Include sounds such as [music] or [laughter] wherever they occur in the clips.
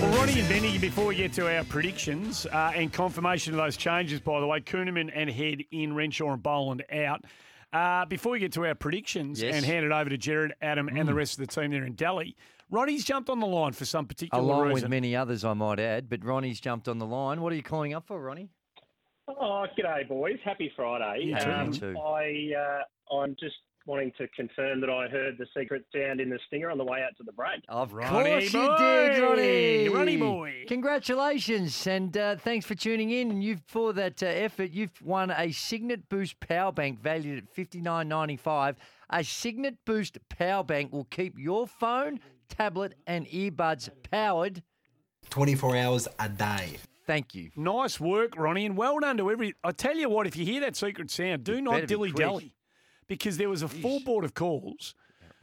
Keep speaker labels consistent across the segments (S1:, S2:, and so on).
S1: Well, Ronnie and Benny, before we get to our predictions uh, and confirmation of those changes, by the way, Kuhneman and Head in, Renshaw and Boland out. Uh, before we get to our predictions
S2: Yes. Mm.
S1: and hand it over to Jared, Adam, and the rest of the team there in Delhi, Ronnie's jumped on the line for some particular
S2: Along
S1: reason.
S2: with many others, I might add. But Ronnie's jumped on the line. What are you calling up for, Ronnie?
S3: Oh, g'day, boys. Happy Friday. Um,
S2: You too, you too.
S3: I, uh, I'm just wanting to confirm that I heard the secret sound in the stinger on the way out to the break.
S2: Of
S1: Ronnie
S2: course
S1: boy!
S2: you did, Ronnie.
S1: Ronnie boy.
S2: Congratulations and uh, thanks for tuning in. And you for that uh, effort, you've won a Signet Boost power bank valued at fifty nine ninety five. A Signet Boost power bank will keep your phone, tablet, and earbuds powered.
S4: 24 hours a day.
S2: Thank you.
S1: Nice work, Ronnie, and well done to every. I tell you what, if you hear that secret sound, do
S2: better
S1: not
S2: be
S1: dilly dally,
S2: quick.
S1: because there was a full board of calls.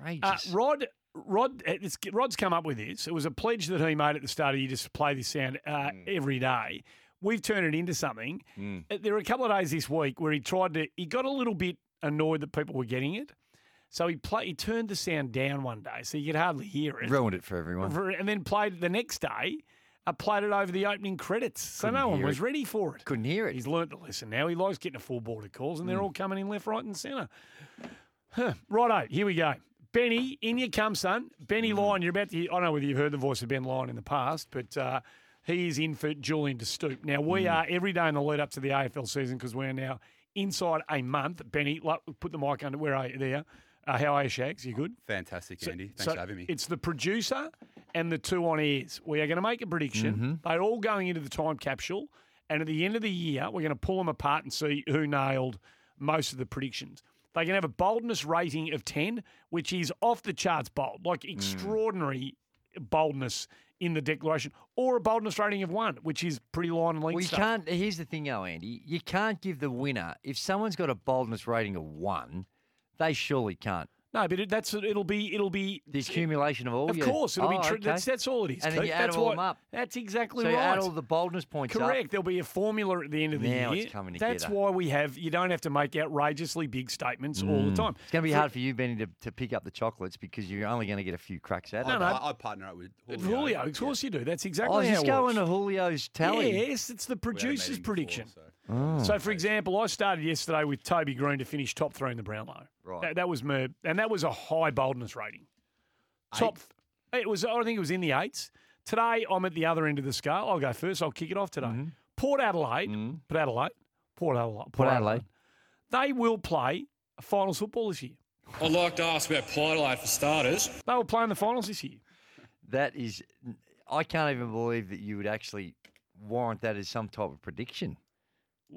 S1: Uh,
S2: Outrageous.
S1: Rod, Rod, uh, it's, Rod's come up with this. It was a pledge that he made at the start of you just play this sound uh,
S2: Mm.
S1: every day. We've turned it into something. Uh, There were a couple of days this week where he tried to. He got a little bit annoyed that people were getting it, so he play, He turned the sound down one day so you could hardly hear it,
S2: Ruined it for everyone.
S1: For- and then played the next day. I played it over the opening credits, so
S2: Couldn't
S1: no one
S2: hear
S1: was
S2: it.
S1: ready for it.
S2: Couldn't hear it. Mm.
S1: He's learnt to listen now. He likes getting a full board of calls, and they're all coming in left, right, and centre. Huh. Righto, here we go. Benny, in you come, son.
S2: Mm.
S1: Benny Lyon, you're about to. I don't know whether you've heard the voice of Ben Lyon in the past, but uh, he is in for Julian to stoop. Now, we
S2: Mm.
S1: are every day in the lead up to the AFL season because we're now inside a month. Benny, lo- put the mic under. Where are you there? Uh, how are you, Shags? You good?
S5: Fantastic, Andy. Thanks
S1: So
S5: for having me.
S1: It's the producer and the two on airs. We are going to make a prediction.
S2: Mm-hmm.
S1: They're all going into the time capsule. And at the end of the year, we're going to pull them apart and see who nailed most of the predictions. They can have a boldness rating of 10, which is off the charts bold, like
S2: Mm.
S1: extraordinary boldness in the declaration, or a boldness rating of one, which is pretty line and length.
S2: Well, you
S1: stuff.
S2: can't. Here's the thing, though, Andy. You can't give the winner if someone's got a boldness rating of one. They surely can't.
S1: No, but it, that's it'll be it'll be
S2: The accumulation of all.
S1: of
S2: your-
S1: course it'll
S2: Oh,
S1: be true.
S2: okay.
S1: That's that's all it is.
S2: And then
S1: Keith.
S2: you add
S1: that's
S2: all
S1: what-
S2: them up.
S1: That's exactly
S2: So you
S1: right.
S2: add all the boldness points up.
S1: Correct. There'll be a formula at the end of the
S2: Now
S1: year.
S2: it's coming
S1: That's
S2: together.
S1: why we have. You don't have to make outrageously big statements all
S2: Mm.
S1: the time.
S2: It's going to be hard for you, Benny, to, to pick up the chocolates because you're only going to get a few cracks at
S5: I,
S2: it.
S1: no.
S5: I, I partner up with Julio.
S1: Julio, of course you do. That's exactly
S2: Oh,
S1: how
S2: just
S1: it
S2: going to Hmm.
S1: works.
S2: Julio's tally.
S1: Yes, it's the
S5: We had a meeting
S1: producer's
S5: before,
S1: prediction.
S5: so-
S1: So, for example, I started yesterday with Toby Green to finish top three in the Brownlow.
S2: Right.
S1: That, that was my, and that was a high boldness rating. Top. It was. I think it was in the eights. Today, I'm at the other end of the scale. I'll go first. I'll kick it off today. Port Adelaide. Port Adelaide. Port Adelaide.
S2: Mm-hmm. Port Adelaide.
S1: They will play finals football this year.
S6: I'd like to ask about Port Adelaide for starters.
S1: They were playing the finals this year.
S2: That is, I can't even believe that you would actually warrant that as some type of prediction.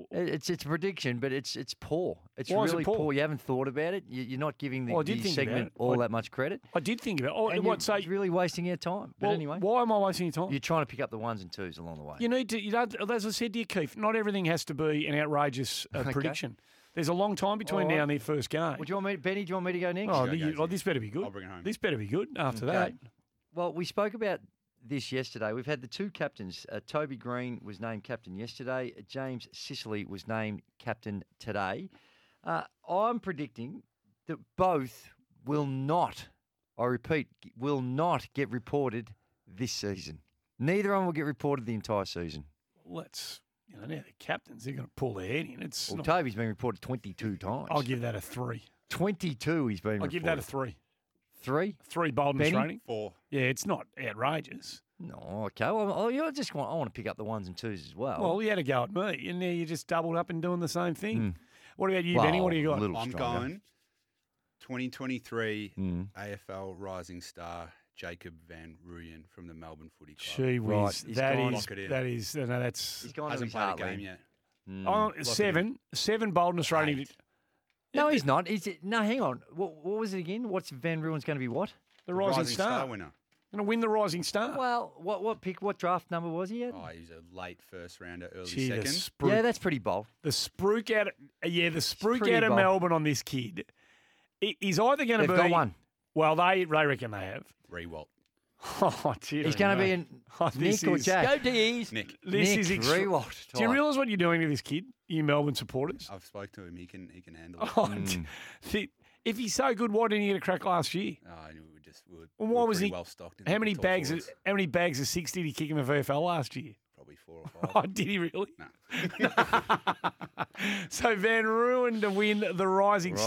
S2: It- It's it's a prediction, but it's it's poor. It's
S1: Why is it
S2: really
S1: poor?
S2: You haven't thought about it. You- You're not giving the,
S1: Well, I did
S2: the
S1: think about
S2: segment
S1: it.
S2: all
S1: I-
S2: that much credit.
S1: I did think about. Oh,
S2: and
S1: what
S2: you're
S1: say?
S2: really wasting our time. But
S1: well,
S2: anyway,
S1: why am I wasting your time?
S2: you're trying to pick up the ones and twos along the way.
S1: You need to, you don't, as I said to you, Keith, not everything has to be an outrageous uh, prediction. There's a long time between now and their first game.
S2: Well, do you want me, Benny? Do you want me to go next?
S1: oh,
S5: go,
S1: you-
S5: Gazy.
S1: oh, this better be good.
S5: I'll bring it home.
S1: This better be good after that.
S2: Um, Well, we spoke about this yesterday. We've had the two captains. Uh, Toby Green was named captain yesterday. James Sicily was named captain today. Uh, I'm predicting that both will not, I repeat, will not get reported this season. Neither one will get reported the entire season.
S1: Let's, you know, now the captains, they're going to pull their head in. It's
S2: Well,
S1: not-
S2: Toby's been reported 22 times.
S1: I'll give that a three.
S2: 22 he's been
S1: I'll
S2: reported.
S1: give that a three.
S2: Three?
S1: Three boldness
S2: Benny?
S1: rating.
S5: Four.
S1: Yeah, it's not outrageous.
S2: No, okay. Well, I, I just want, I want to pick up the ones and twos as well.
S1: Well, you had a go at me, and now you just doubled up and doing the same thing. What about you, Benny? What do you got?
S2: Hmm. Well, a little
S5: I'm
S2: stronger.
S5: going 2023
S2: Mm.
S5: AFL rising star Jacob Van Ruyen from the Melbourne Footy Club.
S1: Gee
S2: Right,
S1: whiz,
S2: he's
S1: that
S5: gone.
S1: is-
S5: Lock it in.
S1: that is, no, that's,
S2: He's gone to
S5: Hasn't
S2: his
S5: played a
S2: heartland.
S5: game yet.
S1: Oh,
S5: in.
S1: seven, seven boldness rating.
S5: Eight.
S2: No, he's not. He's no. Hang on. What, what was it again? What's Van Ruin's going to be? What?
S1: The Rising, Star.
S5: winner.
S1: Going to win the Rising Star.
S2: Well, what what pick? What draft number was he at?
S5: Oh, he's a late first rounder, early
S1: Gee, the
S5: second.
S1: spruik,
S2: Yeah, that's pretty bold.
S1: the spruik out, of, yeah, the spruik
S2: pretty
S1: out of
S2: bold.
S1: Melbourne on this kid. i- He's either going to
S2: They've
S1: be
S2: got one.
S1: Well, they they reckon they have. [laughs]
S5: Rewalt.
S1: Oh, dear
S2: He's going to
S1: me.
S2: be in
S1: Oh, this
S2: Nick or
S1: is-
S2: Jack.
S7: Go D's.
S5: Nick,
S1: This
S2: Nick
S1: is ex-
S2: Rewalt
S1: Do you
S2: type.
S1: realise what you're doing to this kid, you Melbourne supporters?
S5: I've spoke to him. He can he can handle it.
S1: Oh, [laughs]
S2: Hmm.
S1: th- if he's so good, why didn't he get a crack last year?
S5: Oh, and we were just we were,
S1: Well,
S5: we
S1: why
S5: were
S1: was
S5: pretty
S1: he-
S5: well stocked? in
S1: How
S5: the
S1: many
S5: top
S1: bags? Of,
S5: forwards.
S1: how many bags of six did he kick in the VFL last year?
S5: Probably four or
S1: Oh,
S5: five.
S1: did he really?
S5: no.
S1: [laughs] So Van Ruin to win the Rising
S2: Right.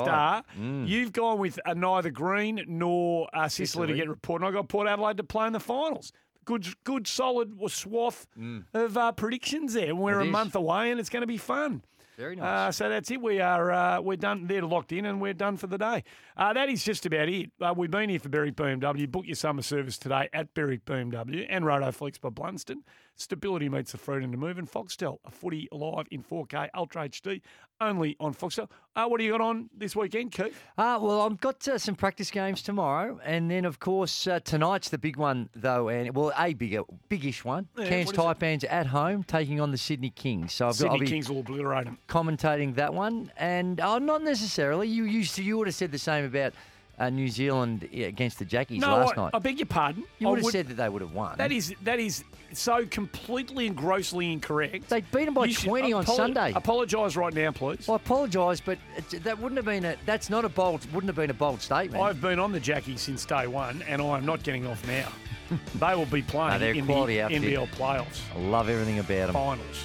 S2: Hmm.
S1: Star. You've gone with uh, neither Green nor uh, Sicily to
S2: Sicily.
S1: get report, and I got Port Adelaide to play in the finals. Good, good, solid swath of uh, predictions there. We're
S2: Hmm. It
S1: a
S2: is.
S1: month away, and it's going to be fun.
S2: Very
S1: Uh,
S2: nice.
S1: so that's it. We are uh, we're done. They're locked in, and we're done for the day. Uh, that is just about it. Uh, we've been here for Berwick BMW. Book your summer service today at Berwick BMW and Roto Flex by Blunston. Stability meets the freedom to move. And Foxtel, a footy live in 4K Ultra HD, only on Foxtel. Uh, what do you got on this weekend, Keith?
S2: Uh, well, I've got uh, some practice games tomorrow, and then of course uh, tonight's the big one, though, and well, a bigger, biggish one.
S1: Yeah,
S2: Cairns
S1: what
S2: Taipans at home taking on the Sydney Kings. So I've got I'll
S1: Sydney
S2: be
S1: Kings will obliterate them.
S2: commentating that one, and oh, not necessarily. You used to, you would have said the same about uh, New Zealand yeah, against the Jackies
S1: No,
S2: last
S1: I,
S2: night.
S1: I beg your pardon.
S2: you
S1: I
S2: would have
S1: would-
S2: said that they would have won.
S1: that is that is so completely and grossly incorrect.
S2: They beat 'em by
S1: You should
S2: 20 on Sunday.
S1: Apologise right now, please.
S2: Well, I apologise, but it, that wouldn't have been a. That's not a bold. Wouldn't have been a bold statement.
S1: I've been on the Jackie since day one, and I am not getting off now. [laughs] they will be
S2: No,
S1: playing
S2: they're a
S1: in the
S2: quality outfit.
S1: NBL playoffs
S2: I love everything about them.
S1: finals.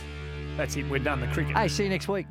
S1: That's it. We're done. The cricket.
S2: Hey, see you next week.